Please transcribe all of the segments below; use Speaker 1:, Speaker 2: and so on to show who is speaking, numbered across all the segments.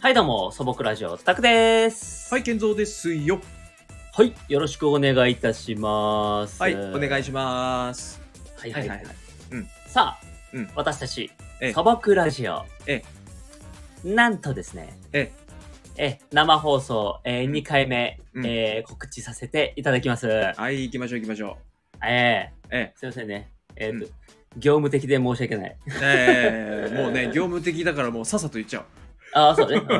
Speaker 1: はい、どうも、素朴ラジオ、タクです。
Speaker 2: はい、健三ですよ。
Speaker 1: はい。よろしくお願いいたします。
Speaker 2: はい、お
Speaker 1: は
Speaker 2: 願
Speaker 1: い
Speaker 2: いします。
Speaker 1: はい、
Speaker 2: はいはいはい。
Speaker 1: さあ、
Speaker 2: うん
Speaker 1: 私たち
Speaker 2: え、え
Speaker 1: 素朴ラジオ。
Speaker 2: え
Speaker 1: なんとですね、
Speaker 2: え
Speaker 1: え生放送、え2回目、
Speaker 2: うん
Speaker 1: えー告知させていただきます。
Speaker 2: はい、行きましょう行きましょ
Speaker 1: え
Speaker 2: う。え
Speaker 1: ー、すいませんね。えーと、
Speaker 2: う
Speaker 1: 業務的で申し訳ない。
Speaker 2: え、ええもうね、業務的だからもうさっさと言っちゃ
Speaker 1: ああ、そうね。うん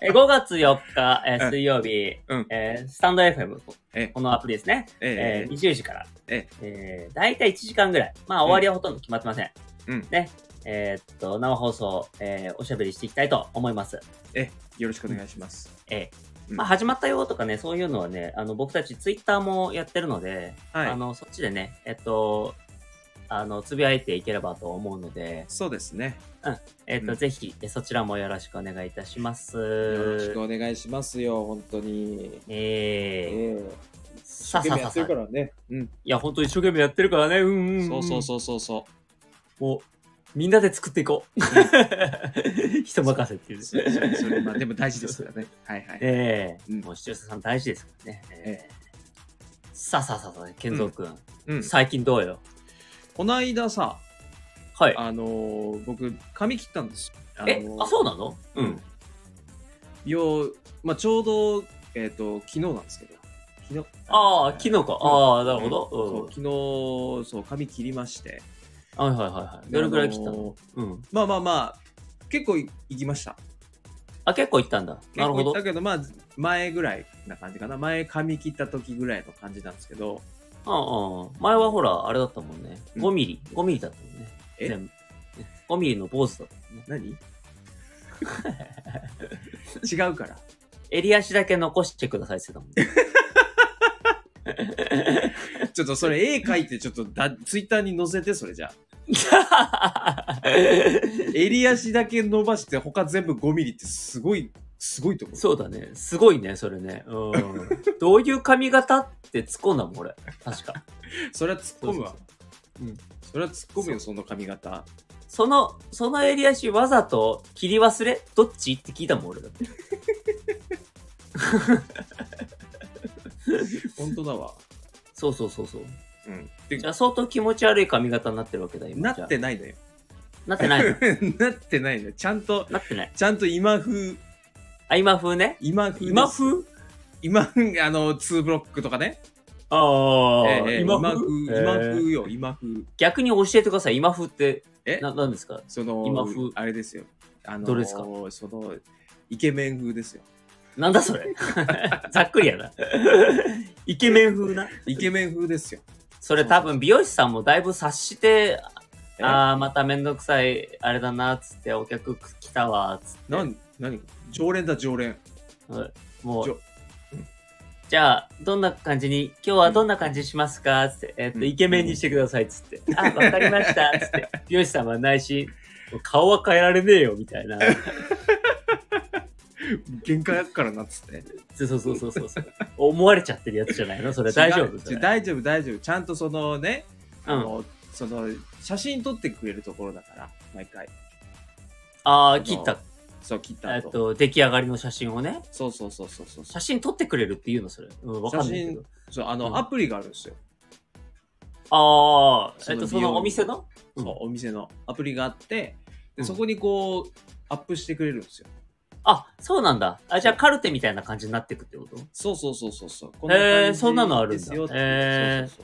Speaker 1: え5月4日、えー
Speaker 2: うん
Speaker 1: 水曜日、
Speaker 2: うん
Speaker 1: えースタンド FM、
Speaker 2: え
Speaker 1: このアプリですね。
Speaker 2: おう。え
Speaker 1: えー、20時から、
Speaker 2: え
Speaker 1: えー大体1時間ぐらい、まあ、終わりはほとんど決まってません。
Speaker 2: うん
Speaker 1: ねえーっと生放送、えーおしゃべりしていきたいと思います。
Speaker 2: え、ええ、よろしくお願いします。
Speaker 1: えー
Speaker 2: うん
Speaker 1: まあ、始まったよとかね、そういうのはね、あの僕たちツイッターもやってるので、
Speaker 2: はい
Speaker 1: あのそっちでね、えっと、あのつぶやいていければと思うので、
Speaker 2: そうですね。
Speaker 1: えっと
Speaker 2: うん
Speaker 1: ぜひえそちらもよろしくお願いいたします。
Speaker 2: よろしくお願いしますよ、本当に。
Speaker 1: えー
Speaker 2: ええ、
Speaker 1: さあ
Speaker 2: ゲ
Speaker 1: さ
Speaker 2: ー
Speaker 1: あ
Speaker 2: ム
Speaker 1: さあ
Speaker 2: やっ
Speaker 1: さ
Speaker 2: てるか
Speaker 1: あ、
Speaker 2: らね。うん。
Speaker 1: いや、本当一生懸命やってるからね、うんうん、うん。
Speaker 2: そうそうそうそうそ。
Speaker 1: もう、みんなで作っていこう。人任せって いう う。
Speaker 2: それそれまあでも大事ですからね。はいはい。
Speaker 1: ええ
Speaker 2: うん
Speaker 1: もう視聴者さん大事ですからね。ええさあさあさあさあ、健三君、
Speaker 2: うん。
Speaker 1: 最近どうよ
Speaker 2: この間さ、
Speaker 1: はい。
Speaker 2: あのー僕髪切ったんですよ。あのー
Speaker 1: え、あ、そうなのうん。
Speaker 2: よう、まあ、ちょうど、えっ、と、昨日なんですけど。昨日。
Speaker 1: ああ、昨日か。ああ、なるほ
Speaker 2: そう
Speaker 1: ど。
Speaker 2: 昨日、そう、髪切りまして。
Speaker 1: うん。はいはいはいはい。どれくらい切った
Speaker 2: あ
Speaker 1: の
Speaker 2: のー
Speaker 1: うん。
Speaker 2: まあまあまあ、結構い行きました。
Speaker 1: あ、結構いったんだ。なるほど
Speaker 2: だ。けど、まあ、前ぐらいな感じかな。前髪切った時ぐらいの感じなんですけど、
Speaker 1: うんうん。前はほら、あれだったもんね。
Speaker 2: うん
Speaker 1: 5ミリ。5ミリだったもんね。
Speaker 2: え
Speaker 1: 全部。5ミリの坊主だったもんね。
Speaker 2: 何違うから。
Speaker 1: 襟足だけ残してくださいって言って
Speaker 2: ちょっとそれ絵描いて、ちょっとだツイッターに載せて、それじゃあ。
Speaker 1: たもんね。
Speaker 2: 襟足だけ伸ばして、他全部5ミリってすごい、すごいと思 う。
Speaker 1: そうだね。すごいね、それね。うん。どういう髪型って突っ込んだもん、俺。確か。
Speaker 2: それは突っ込むわ。
Speaker 1: そうそうそううん
Speaker 2: それは突っ込むよ、その髪型。
Speaker 1: その、その襟足わざと切り忘れどっちって聞いたもん、俺だって。
Speaker 2: 本当だわ。
Speaker 1: そうそうそうそう。
Speaker 2: うん。
Speaker 1: じゃあ、相当気持ち悪い髪型になってるわけだ、今。
Speaker 2: な
Speaker 1: じゃ
Speaker 2: っ
Speaker 1: あ
Speaker 2: てないのよ。
Speaker 1: なってないの。
Speaker 2: なってないのよ。ちゃんと、
Speaker 1: なってない。
Speaker 2: ちゃんと今風、
Speaker 1: あ、今風ね。
Speaker 2: 今風です。
Speaker 1: 今風
Speaker 2: 今風あの、2ブロックとかね。
Speaker 1: ああ、
Speaker 2: ええ
Speaker 1: 今
Speaker 2: 今
Speaker 1: 風
Speaker 2: 風、
Speaker 1: ええ
Speaker 2: 今風よ、今風。
Speaker 1: 逆に教えてください。今風って、
Speaker 2: え
Speaker 1: な、なんですか
Speaker 2: その、
Speaker 1: 今風
Speaker 2: あれですよ。あの、
Speaker 1: どれですか
Speaker 2: その、イケメン風ですよ。
Speaker 1: なんだそれ ざっくりやな。イケメン風な。
Speaker 2: イケメン風ですよ。
Speaker 1: それ多分美容師さんもだいぶ察して
Speaker 2: え
Speaker 1: ああ、まためんどくさい、あれだな、つって、お客来たわ、つって。
Speaker 2: なん、何常連だ、常連。
Speaker 1: も
Speaker 2: ち
Speaker 1: う
Speaker 2: ょ。
Speaker 1: じゃあ、どんな感じに、今日はどんな感じしますかつって、えっと、
Speaker 2: うん
Speaker 1: イケメンにしてください、つって。あ、わかりました、つ って。美容師さんはないし、顔は変えられねえよ、みたいな。
Speaker 2: 限界あっからなっつって。
Speaker 1: そうそうそうそう そう。思われちゃってるやつじゃないのそれ大丈夫そ
Speaker 2: 違
Speaker 1: れ
Speaker 2: う大丈夫、大丈夫。ちゃんとそのね、
Speaker 1: う
Speaker 2: あ
Speaker 1: ん。
Speaker 2: の、その、写真撮ってくれるところだから、毎回。
Speaker 1: ああ、切った、
Speaker 2: そう、切った
Speaker 1: えっ
Speaker 2: 後。
Speaker 1: と、出来上がりの写真をね。
Speaker 2: そうそうそうそうそう。
Speaker 1: 写真撮ってくれるっていうのそれ。うん、わかんないけど。
Speaker 2: そうあの、
Speaker 1: うん
Speaker 2: アプリがあるんですよ、
Speaker 1: ああ、えっと、そ
Speaker 2: その美容
Speaker 1: のお店のうん
Speaker 2: そうお店のアプリがあって
Speaker 1: う
Speaker 2: で
Speaker 1: ん
Speaker 2: そこにこう、アップしてくれるんですよ
Speaker 1: あ、そうなんだ。あ、じゃあカルテみたいな感じになってくってこと
Speaker 2: そうそうそうそうそうこ
Speaker 1: へー
Speaker 2: 感じ
Speaker 1: そんなのあるんだ
Speaker 2: ですよっていう
Speaker 1: へー
Speaker 2: そうそうそ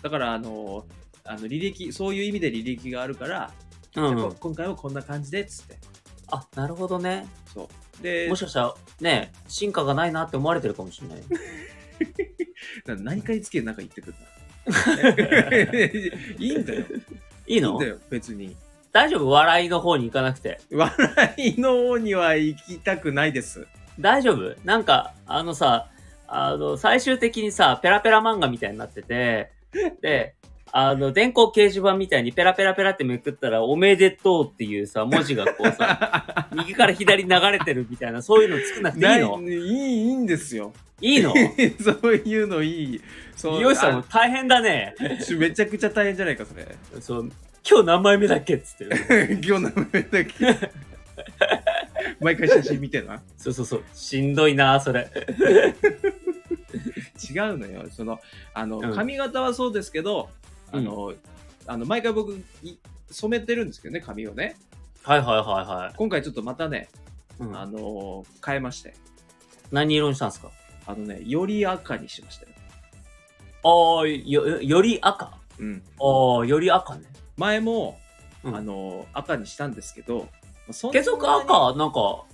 Speaker 2: うだからあのあの履歴そういう意味で履歴があるから、
Speaker 1: う
Speaker 2: じ
Speaker 1: ん、
Speaker 2: ゃあこ今回はこんな感じでっつって
Speaker 1: あ、なるほどね。
Speaker 2: そうで
Speaker 1: もしかしたら、ね、進化がないなって思われてるかもしれない。
Speaker 2: な何回つけなんか言って くるないいんだよ
Speaker 1: いい
Speaker 2: いいん
Speaker 1: の
Speaker 2: だよ別に
Speaker 1: 大丈夫笑いの方に行かなくて。
Speaker 2: 笑いの方には行きたくないです
Speaker 1: 大丈夫なんか、あのさ、あの、最終的にさ、ペラペラ漫画みたいになってて、 で、あの、電光掲示板みたいにペラペラペラってめくったら、おめでとうっていうさ、文字がこう さ、右から左に流れてるみたいな、そういうの作んなくていいの
Speaker 2: ないいいいいんですよ
Speaker 1: いいの
Speaker 2: そういうのいい。そう
Speaker 1: 美容師さんも
Speaker 2: あ
Speaker 1: 大変だね。
Speaker 2: めちゃくちゃ大変じゃないか、それ。
Speaker 1: そう、今日何枚目だっけっつって。
Speaker 2: 今日の目だけ。 毎回写真見てんの
Speaker 1: そうそうそう。しんどいな、それ。
Speaker 2: 違うのよ。その、あの、
Speaker 1: うん
Speaker 2: 髪型はそうですけど、あの、あの、毎回僕、い染めてるんですけどね、髪をね。
Speaker 1: はいはいは
Speaker 2: 今回ちょっとまたね、
Speaker 1: いはい。
Speaker 2: あ
Speaker 1: うん、
Speaker 2: の、変えまして。
Speaker 1: 何色にしたんですか
Speaker 2: あのね、より赤にしましたよ。
Speaker 1: ああ、よ、より赤
Speaker 2: うん。
Speaker 1: ああ、より赤ね。
Speaker 2: 前も、
Speaker 1: うん
Speaker 2: あの、赤にしたんですけど、そん
Speaker 1: 継
Speaker 2: なに
Speaker 1: 続赤、なんか、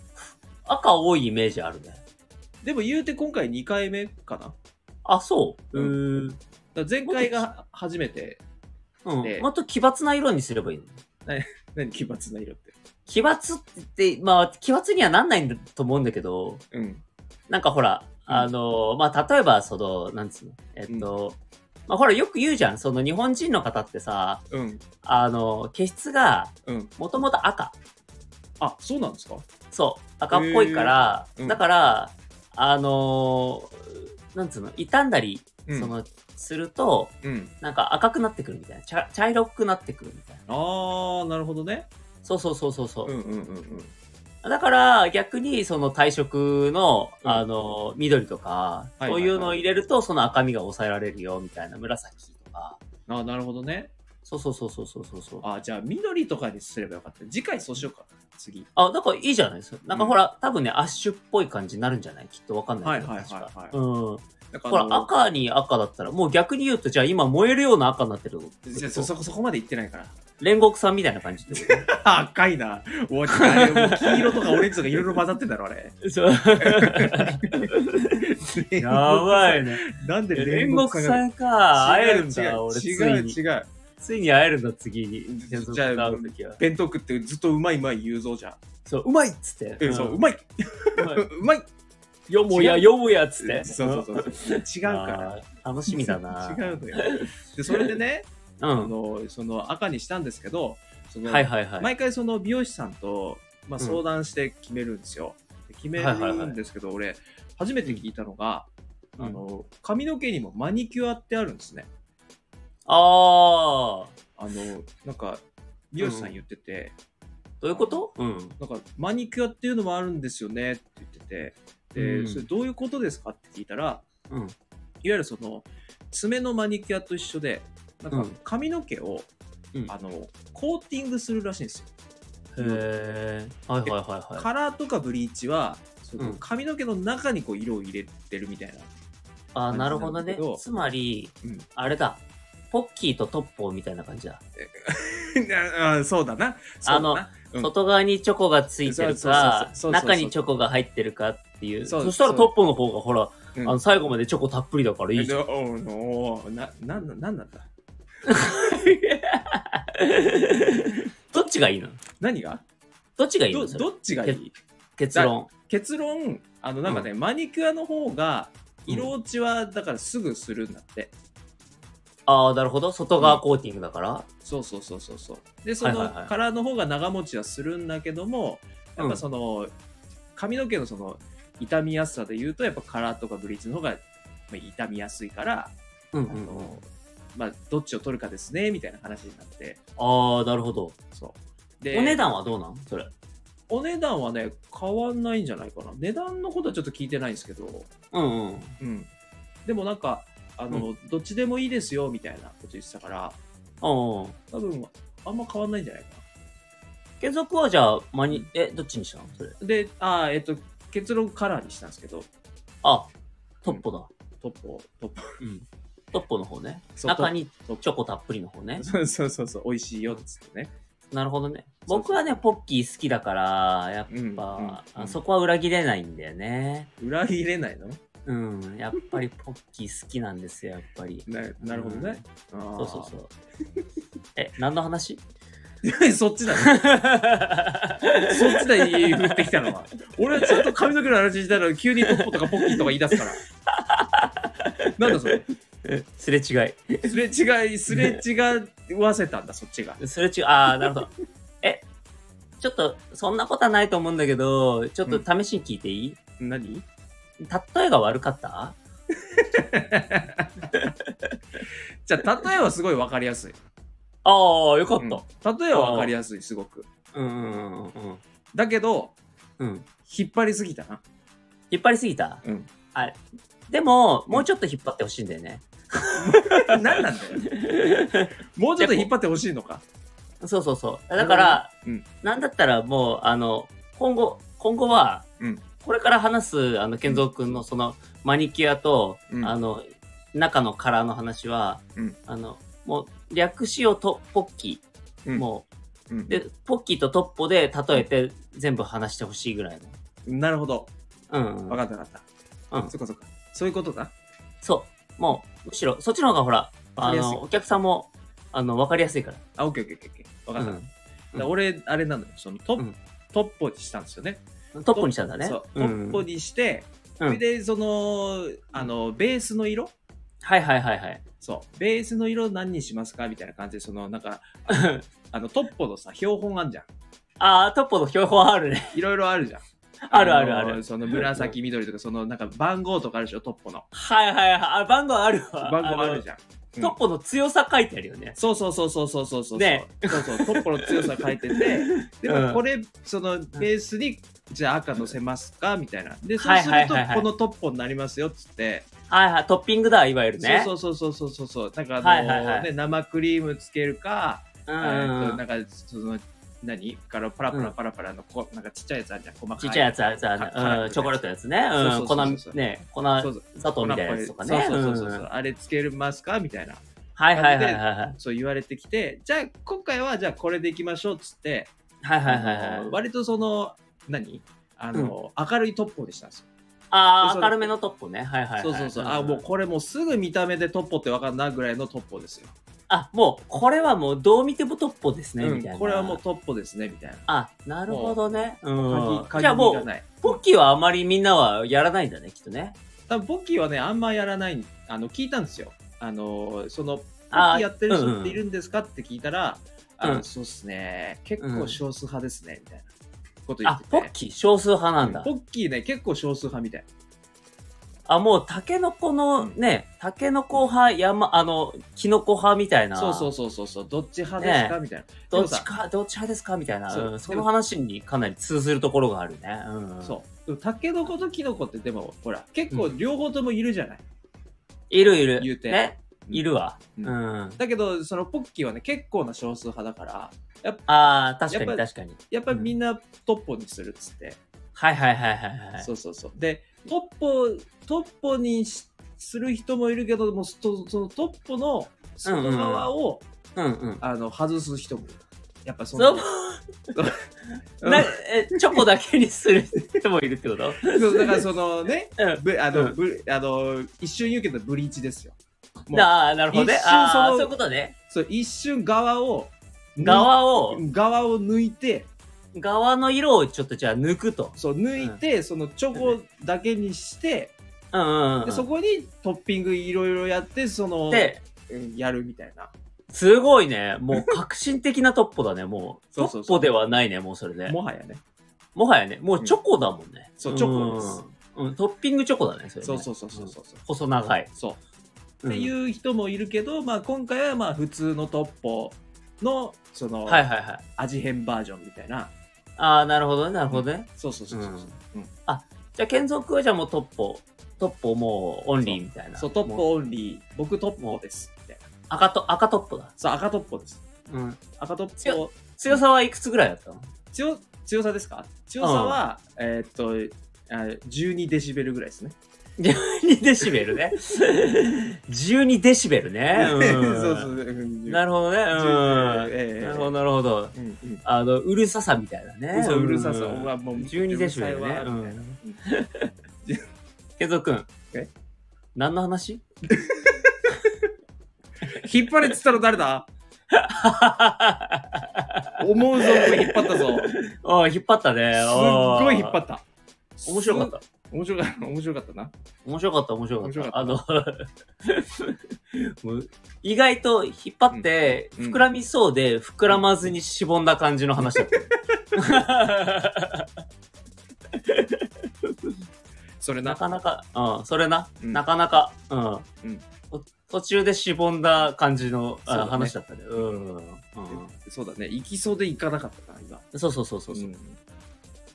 Speaker 1: 赤多いイメージあるね。
Speaker 2: でも言うて今回2回目かな。だか
Speaker 1: あ、そう。うーん。
Speaker 2: ら前回が初めて、
Speaker 1: う
Speaker 2: で
Speaker 1: ん。もっと奇抜な色にすればいいの
Speaker 2: 何、奇抜な色って。
Speaker 1: 奇抜って、まあ、奇抜にはなんないんだと思うんだけど、
Speaker 2: うん。
Speaker 1: なんかほら、
Speaker 2: うん
Speaker 1: あの、まあ、例えば、その、なんつうの、えっと、まあ、ほら、よく言うじゃん。その、日本人の方ってさ、
Speaker 2: うん。
Speaker 1: あの、毛質が、
Speaker 2: うん。
Speaker 1: もともと赤。
Speaker 2: あ、そうなんですか
Speaker 1: そう、赤っぽいから、
Speaker 2: へーうん
Speaker 1: だから、あのーなんつうの、傷んだり、
Speaker 2: うん
Speaker 1: その、すると、
Speaker 2: うん。
Speaker 1: なんか赤くなってくるみたいな。茶茶色くなってくるみたいな。
Speaker 2: あー、なるほどね。
Speaker 1: そうそうそうそう。う
Speaker 2: う
Speaker 1: ん
Speaker 2: うんうんうん。
Speaker 1: だから、逆に、その退色の、
Speaker 2: うん
Speaker 1: あのー緑とか、
Speaker 2: はいはいはい
Speaker 1: そういうのを入れると、その赤みが抑えられるよ、みたいな。紫とか。
Speaker 2: あーなるほどね。
Speaker 1: そうそうそうそうそうそうそう。
Speaker 2: あーじゃあ緑とかにすればよかった。次回そうしようか。次。
Speaker 1: あ、だからいいじゃないですか。なんかほら、多分ね、アッシュっぽい感じになるんじゃないきっとわかんないけど。
Speaker 2: はいはいはいはい
Speaker 1: 確かうん。
Speaker 2: だか
Speaker 1: ほ
Speaker 2: らあ
Speaker 1: ら
Speaker 2: の、
Speaker 1: 赤に赤だったら、もう逆に言うと、じゃあ今燃えるような赤になってる
Speaker 2: じゃあそそこそこまで行ってないから。
Speaker 1: 煉獄さんみたいな感じってこ
Speaker 2: 赤いな。おいあれもう黄色とかオレンジとかいろいろ混ざってんだろ、あれ。
Speaker 1: とそう やばいね。
Speaker 2: なんで
Speaker 1: 煉
Speaker 2: 煉
Speaker 1: 獄
Speaker 2: 獄
Speaker 1: さ
Speaker 2: さん
Speaker 1: んか。
Speaker 2: が
Speaker 1: 会えるん
Speaker 2: 違
Speaker 1: だ、
Speaker 2: う
Speaker 1: 俺。つ
Speaker 2: 違
Speaker 1: いうに。
Speaker 2: 違う。
Speaker 1: ついに会えるんだ、次に。
Speaker 2: じゃあ
Speaker 1: じゃ会う時は。
Speaker 2: 弁当食ってずっとうまいうまい言うぞじゃん。
Speaker 1: そう、うまいっつって。
Speaker 2: うん、そう、うんまい、
Speaker 1: うまい
Speaker 2: うんうまい。
Speaker 1: よもや、よもやっつって。
Speaker 2: そうそうそう。違うから。
Speaker 1: ら。楽しみだな。
Speaker 2: 違 うのよ。で、それでね、
Speaker 1: う
Speaker 2: あ
Speaker 1: ん。
Speaker 2: のその赤にしたんですけど、その
Speaker 1: はいはいはい。
Speaker 2: 毎回その美容師さんと、まあ、
Speaker 1: うん
Speaker 2: 相談して決めるんですよ。で決め
Speaker 1: はいはいは
Speaker 2: る
Speaker 1: い
Speaker 2: んですけど、俺、初めて聞いたのが、
Speaker 1: うん
Speaker 2: あの髪の毛にもマニキュアってあるんですね。
Speaker 1: あー。
Speaker 2: あのなんか美容師さん言ってて、
Speaker 1: どういうことうん。
Speaker 2: なんかマニキュアっていうのもあるんですよねって言ってて、で、
Speaker 1: うん
Speaker 2: それどういうことですかって聞いたら、
Speaker 1: うん。
Speaker 2: いわゆるその爪のマニキュアと一緒でなん
Speaker 1: う
Speaker 2: か
Speaker 1: ん
Speaker 2: 髪の毛を、
Speaker 1: うん
Speaker 2: あのコーティングするらしいんですよ。
Speaker 1: へー。はいはいはいはい。
Speaker 2: カラーとかブリーチはその
Speaker 1: うん
Speaker 2: 髪の毛の中にこう色を入れてるみたいな、
Speaker 1: あーなるほど
Speaker 2: 感じなんだ
Speaker 1: ね
Speaker 2: けど。
Speaker 1: つまり、
Speaker 2: うん
Speaker 1: あれだ。ポッキーとトッポーみたいな感じだ。
Speaker 2: あ あそうだなそうだなうん
Speaker 1: 外側にチョコがついてる
Speaker 2: そうそうそう
Speaker 1: か
Speaker 2: そう、そうそう
Speaker 1: 中にチョコが入ってるかっていう。
Speaker 2: そう
Speaker 1: そしたら
Speaker 2: そう
Speaker 1: トッポーの方がほら、
Speaker 2: うん
Speaker 1: あの最後までチョコたっぷりだからいいじゃん。
Speaker 2: おーおーななんなんなんなんだ
Speaker 1: どっちがいいの
Speaker 2: 何が
Speaker 1: どっちがいい
Speaker 2: ど
Speaker 1: のそれ
Speaker 2: どっちがいい
Speaker 1: 結論。
Speaker 2: 結論あのなんかね、マニキュアの方が色落ちはだからすぐするんだって、
Speaker 1: ああ、なるほど。外側コーティングだから。
Speaker 2: そうそうそうそうそうでそ
Speaker 1: は
Speaker 2: の
Speaker 1: いはいはい
Speaker 2: カラーの方が長持ちはするんだけどもやっぱその、髪の毛のその傷みやすさで言うとやっぱカラーとかブリーチの方がまあ傷みやすいから、
Speaker 1: うん
Speaker 2: あ
Speaker 1: うんうん。
Speaker 2: のまあ、どっちを取るかですねみたいな話になって
Speaker 1: ああ、なるほど。
Speaker 2: そうで
Speaker 1: お値段はどうなんそれ。
Speaker 2: お値段はね変わんないんじゃないかな値段のことはちょっと聞いてないんですけど、
Speaker 1: うんうん。
Speaker 2: うん、でもなんかあの、どっちでもいいですよみたいなこと言ってたから
Speaker 1: うんうん。
Speaker 2: 多分あんま変わんないんじゃないか
Speaker 1: 継続はじゃあ、マニ、え、どっちにしたのそれ。
Speaker 2: なであーえっと結論カラーにしたんですけど
Speaker 1: あ、トッポだ。
Speaker 2: トップをトップ
Speaker 1: うん。トッポの方ね。
Speaker 2: そう
Speaker 1: 中に
Speaker 2: トップ
Speaker 1: チョコたっぷりの方ね。
Speaker 2: そうそうそうそう美味しいよっつってね
Speaker 1: なるほどね。
Speaker 2: そう
Speaker 1: 僕はね、ポッキー好きだから、やっ
Speaker 2: うん
Speaker 1: ぱ、
Speaker 2: うん
Speaker 1: あそこは裏切れないんだよね。
Speaker 2: 裏切れないの
Speaker 1: うん。やっぱりポッキー好きなんですよ、やっぱり。
Speaker 2: ななるほどね、あー
Speaker 1: そうそうそう。 え、何の話
Speaker 2: そっちだねそっちだに振ってきたのは 俺はちゃんと髪の毛の話したら急にトップとかポッキーとか言い出すから なんだそれ
Speaker 1: すれ違い。
Speaker 2: すれ違い、すれ違わせたんだ、そっちが。
Speaker 1: それ違う。ああ、なる ほど。え、ちょっと、そんなことはないと思うんだけど、ちょっと試しに聞いていい、
Speaker 2: 何
Speaker 1: 例えが悪かった
Speaker 2: じゃあ、例えはすごいわかりやすい。
Speaker 1: ああ、よかった。
Speaker 2: うん例えはわかりやすい、すごく。
Speaker 1: うん、うん、うんうん。
Speaker 2: だけど、
Speaker 1: うん。
Speaker 2: 引っ張りすぎたな。
Speaker 1: 引っ張りすぎた
Speaker 2: うん。
Speaker 1: あでも、もうちょっと引っ張ってほしいんだよね。
Speaker 2: 何なんだよ。 もうちょっと引っ張ってほしいのか。
Speaker 1: そうそうそう。だから、
Speaker 2: うん
Speaker 1: なんだったらもう、あの、今後、今後は、
Speaker 2: うん
Speaker 1: これから話す、あの、健三くんのその、マニキュアと、
Speaker 2: うん
Speaker 1: あの、中のカラーの話は、
Speaker 2: うん
Speaker 1: あの、もう、略しをと、ポッキー、も
Speaker 2: うん
Speaker 1: う、で、ポッキーとトッポで例えて全部話してほしいぐらいの。
Speaker 2: なるほど。
Speaker 1: うん、うん
Speaker 2: 分かった分かった。
Speaker 1: うん
Speaker 2: そっかそっか。そういうことだ。
Speaker 1: そう。もう、むしろ、そっちの方がほら、
Speaker 2: わか
Speaker 1: あ
Speaker 2: りやすい
Speaker 1: の、お客さんも、あの、わかりやすいから。
Speaker 2: あ、オッケーオッケーオッケーオッケー。分かった。
Speaker 1: うん
Speaker 2: だから俺、あれなのよ。そのトップ、
Speaker 1: うん
Speaker 2: トッポにしたんですよね。
Speaker 1: トッポにしたんだね。
Speaker 2: そう。ト
Speaker 1: うん
Speaker 2: ッポにして、
Speaker 1: うん
Speaker 2: それで、その、あの、ベースの色
Speaker 1: はいはいはいはい。
Speaker 2: そう。ベースの色何にしますかみたいな感じで、その、なんか、あの、トッポのさ、標本あんじゃん。
Speaker 1: ああ、トッポの標本あるね。
Speaker 2: いろいろあるじゃん。
Speaker 1: あるあるあ
Speaker 2: の
Speaker 1: る。
Speaker 2: その紫、緑とか、その、なんか番号とかあるでしょ、トッポの。
Speaker 1: はいはいはい。あ、番号あるわ。
Speaker 2: 番号あるじゃん。
Speaker 1: あのトッポの強さ書いてあるよね。
Speaker 2: そうそうそうそうそうそうそう。
Speaker 1: ね
Speaker 2: そうそう、トッポの強さ書い てて、で
Speaker 1: うん
Speaker 2: もこれ、そのベースに、じゃあ赤乗せますかみたいな。で、そう
Speaker 1: はい
Speaker 2: す
Speaker 1: は
Speaker 2: る
Speaker 1: い
Speaker 2: と
Speaker 1: はいはい、
Speaker 2: このトッポになりますよっつって、
Speaker 1: はいはい。トッピングだ、いわゆるね。
Speaker 2: そううそうそうそうそうそう、なんかあの、
Speaker 1: はいはいはい
Speaker 2: ね、生クリームつけるか、
Speaker 1: ん
Speaker 2: えー
Speaker 1: うん
Speaker 2: と
Speaker 1: う。
Speaker 2: なんんかその、何からパラパラパラパラの、こうなんかちっちゃいやつあるじゃん、細かい。
Speaker 1: ちっちゃいやつある
Speaker 2: か辛く
Speaker 1: さ、
Speaker 2: な
Speaker 1: う
Speaker 2: い
Speaker 1: ん、チョコレートのやつね。、
Speaker 2: そうそううんそうそう
Speaker 1: 粉、ね、粉
Speaker 2: そう
Speaker 1: 砂
Speaker 2: そう
Speaker 1: 糖みたいなやつとかね。
Speaker 2: そうそうそうそう、
Speaker 1: んん
Speaker 2: あれつけますかみたいな。
Speaker 1: はいはいはいはいはい。
Speaker 2: そう言われてきて、じゃあ今回はじゃあこれでいきましょうっつって、
Speaker 1: はいはいはい
Speaker 2: あの
Speaker 1: はい。
Speaker 2: 割とその何あの、明るいトッポでしたんですよ、
Speaker 1: あ
Speaker 2: そ
Speaker 1: あ、
Speaker 2: れ
Speaker 1: 明るめのトッポね。はいはいはい。
Speaker 2: そうそうそうあもう。これもうすぐ見た目でトッポってわかんないぐらいのトッポですよ、
Speaker 1: あ、もう、これはもう、どう見てもトッポですね、
Speaker 2: う
Speaker 1: みたい
Speaker 2: ん、
Speaker 1: な。
Speaker 2: これはもうトッポですねみたいな
Speaker 1: あ、なるほどね。うん。
Speaker 2: 鍵
Speaker 1: じゃあも
Speaker 2: 鍵が
Speaker 1: う、
Speaker 2: ない
Speaker 1: ポッキーはあまりみんなはやらないんだね、きっとね。
Speaker 2: 多分ポッキーはねあんまやらないあの聞いたんですよあのそのポッ
Speaker 1: あ
Speaker 2: キーやってる
Speaker 1: うんうん
Speaker 2: 人っているんですかって聞いたらあの
Speaker 1: うん
Speaker 2: そうっすね結構少数派ですねみたいなこと言っ
Speaker 1: あ
Speaker 2: て、て
Speaker 1: ポッキー少数派なんだ
Speaker 2: ポ。ッキーね結構少数派みたい
Speaker 1: あ、もう、タケノコのね、タケノコ派、山、あの、キノコ派みたいな。
Speaker 2: そうそうそうそうそうどっち派ですか、
Speaker 1: ね
Speaker 2: みたいな
Speaker 1: どっちか、どっち派ですかみたいな。
Speaker 2: そう
Speaker 1: うんその話にかなり通ずるところがあるね。うん。
Speaker 2: そう。でもタケノコとキノコってでもほら結構両方ともいるじゃない。
Speaker 1: いるいる。
Speaker 2: 言うて
Speaker 1: ね。いるわ。う。
Speaker 2: うんん
Speaker 1: あ
Speaker 2: だけどそのポッキーはね結構な少数派だからやっぱ
Speaker 1: あー、確か
Speaker 2: や
Speaker 1: に
Speaker 2: っぱ
Speaker 1: 確かに。
Speaker 2: やっぱりみんなトッポにするっつって、
Speaker 1: はいはいはいはいはい。
Speaker 2: そうそうそう。でトッポトッポにしする人もいるけどもそそのトッポの外側を、
Speaker 1: うんうん。
Speaker 2: あの外す人もいる。やっぱそ
Speaker 1: そ
Speaker 2: の
Speaker 1: う、
Speaker 2: うん
Speaker 1: な、え、チョコだけにする人もいるってこと
Speaker 2: そうだからそのね
Speaker 1: うん
Speaker 2: ぶあの、
Speaker 1: うん
Speaker 2: ぶあの一瞬言うけどブリーチですよ。もう
Speaker 1: ああ、なるほどね
Speaker 2: 一。瞬
Speaker 1: ああ、そ
Speaker 2: その
Speaker 1: ういうことね。
Speaker 2: そう一瞬側を抜い
Speaker 1: 側を、
Speaker 2: 側を抜いて
Speaker 1: 側の色をちょっとじゃあ抜くと。
Speaker 2: そう抜いて、そのチョコだけにして、
Speaker 1: うんうん、うん。
Speaker 2: でそこにトッピングいろいろやってその
Speaker 1: で、
Speaker 2: うんやるみたいな
Speaker 1: すごいね。もう革新的なトッポだね、もう。
Speaker 2: そうそうそう
Speaker 1: トッポではないね、もうそれで。も
Speaker 2: もはやね
Speaker 1: はやね、もうチョコだもんね。
Speaker 2: そうチョコです
Speaker 1: うん。うん、トッピングチョコだね、それ、ね。
Speaker 2: そうそうそうそうそうそう
Speaker 1: 細長い。
Speaker 2: そう
Speaker 1: うん
Speaker 2: っていう人もいるけど、まあ、今回はまあ普通のトッポのその、
Speaker 1: はいはいはい。
Speaker 2: 味変バージョンみたいな
Speaker 1: ああ、なるほどね、なるほどね。
Speaker 2: そうそうそうそうそう、うん
Speaker 1: じゃあ、ケンゾクはじゃあもうトッポ。トッポもうオンリーみたいな。
Speaker 2: そうトッ
Speaker 1: もう
Speaker 2: ポオンリー僕トッポですみたいな
Speaker 1: 赤と、赤トッポだ。
Speaker 2: そう赤トッポです
Speaker 1: うん。
Speaker 2: 赤トッ
Speaker 1: 強
Speaker 2: ポ
Speaker 1: 強さはいくつぐらいだったの
Speaker 2: 強強さですか強さは、えーっとあ12デシベルぐらいですね。
Speaker 1: ?12 デシベル ね。12デシベルね。うん
Speaker 2: そうそう。うん
Speaker 1: なるほどね。うん。
Speaker 2: ええ
Speaker 1: なるほど、なるほど。
Speaker 2: うんうん
Speaker 1: あの、うるささみたいなね。
Speaker 2: 嘘うるささ、
Speaker 1: ん
Speaker 2: うわもう
Speaker 1: 12デシベルね。う
Speaker 2: うる
Speaker 1: ん。ケンゾくん。
Speaker 2: え
Speaker 1: 何の話
Speaker 2: さいわ引っ張れっつったら 誰だ思うぞ、俺引っ張ったぞ。すっ
Speaker 1: おい、引っ張ったね。お
Speaker 2: ごい引っ張った。
Speaker 1: 面白かった。
Speaker 2: た。面白かった、 面白かったな。
Speaker 1: 面白かった、面白かった。
Speaker 2: 面白かった
Speaker 1: あの もう、意外と引っ張って、
Speaker 2: うんうん
Speaker 1: 膨らみそうで、膨らまずにしぼんだ感じの話だった。
Speaker 2: そ れ
Speaker 1: な
Speaker 2: な。
Speaker 1: かなか、うん、それな、
Speaker 2: うん
Speaker 1: なかなか、うん。
Speaker 2: うん
Speaker 1: と途中でしぼんだ感じの、
Speaker 2: そう
Speaker 1: あ
Speaker 2: だね
Speaker 1: 話だったね。うん、うん。
Speaker 2: そうだね、行きそうで行かなかったな、今。
Speaker 1: そうそうそうそう。う
Speaker 2: うん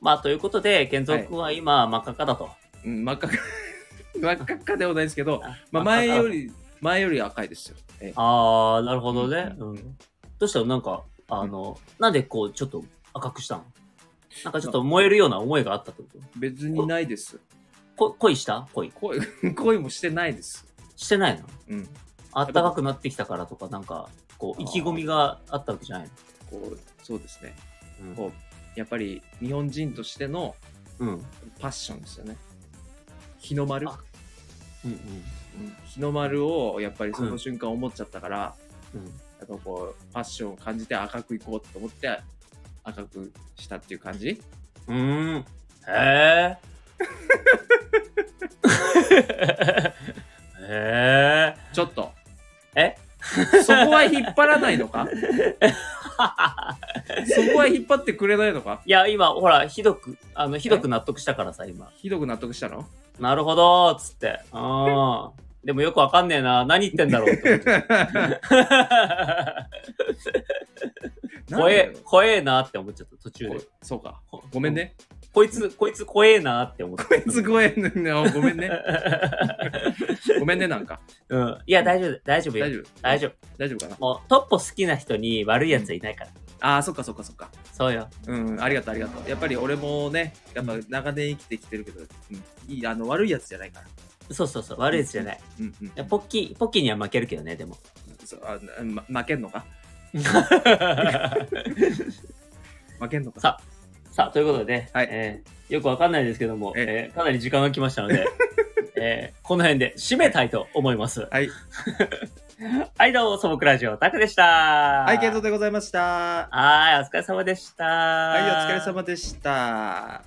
Speaker 1: まあ、ということで、健三君は今、真っ赤っかだと。
Speaker 2: うん、真っ赤か 真っ赤っかではないですけど、
Speaker 1: あ
Speaker 2: まあ、
Speaker 1: 真っ赤っ
Speaker 2: 前
Speaker 1: か
Speaker 2: より前より赤いですよ、ええ
Speaker 1: あー、なるほどね。
Speaker 2: う
Speaker 1: うん。どうしたのなんか、あの、なんでこう、ちょっと赤くしたのなんかちょっと燃えるような思いがあったってこと
Speaker 2: 別にないです
Speaker 1: こ恋した恋。
Speaker 2: 恋 恋もしてないです、
Speaker 1: してないの
Speaker 2: うん、
Speaker 1: あったかくなってきたからとか、なんか、こう、意気込みがあったわけじゃない
Speaker 2: こうそうですね
Speaker 1: の
Speaker 2: こうやっぱり日本人としての
Speaker 1: うん。うん。
Speaker 2: パッションですよね日の丸、
Speaker 1: あうんうん。
Speaker 2: うん日の丸をやっぱりそ
Speaker 1: うん
Speaker 2: の瞬間思っちゃったから、
Speaker 1: うん。
Speaker 2: やっぱこうパッションを感じて赤くいこうと思って赤くしたっていう感じ
Speaker 1: うーん。 へえ。へえ。
Speaker 2: ちょっと
Speaker 1: え
Speaker 2: そこは引っ張らないのかそこは引っ張ってくれないのか
Speaker 1: いや、今、ほら、ひどく、あの、ひどく納得したからさ、今。
Speaker 2: ひどく納得した の
Speaker 1: なるほどーっつって。うん。でもよくわかんねえな。何言ってんだろう って思って。怖え、怖えなって思っちゃった、途中
Speaker 2: なん
Speaker 1: で
Speaker 2: で。そうかごめん。ね
Speaker 1: こいつ、こいつ怖えなって思って。こい
Speaker 2: すごいごめんねごめんねなんか
Speaker 1: うん。いや、大丈夫、大丈夫よ大
Speaker 2: 大丈夫
Speaker 1: 丈夫。
Speaker 2: 大丈夫かな
Speaker 1: もう、トッポ好きな人に悪いやつはいないから。
Speaker 2: ああそっかそっかそっか
Speaker 1: そうよ。
Speaker 2: うんありがとうありがとうやっぱり俺もねやっぱ長年生きてきてるけど、うん、いいあの悪いやつじゃないから
Speaker 1: そうそうそう、悪いやつじゃない。
Speaker 2: うんうん
Speaker 1: いやポッキー、ポッキーには負けるけどね、 でも。
Speaker 2: そうあ、ま、負けんのか負けんのか
Speaker 1: さあ、さあ、ということでね、
Speaker 2: はい
Speaker 1: えーよくわかんないですけども、え
Speaker 2: え
Speaker 1: ーかなり時間が来ましたの で、えーこの辺で締めたいと思います。
Speaker 2: はい
Speaker 1: はい、どうも、素朴ラジオ、タクでした。
Speaker 2: はい、健三でございました。
Speaker 1: はーい、お疲れ様でした。は
Speaker 2: はい、お疲れ様でした。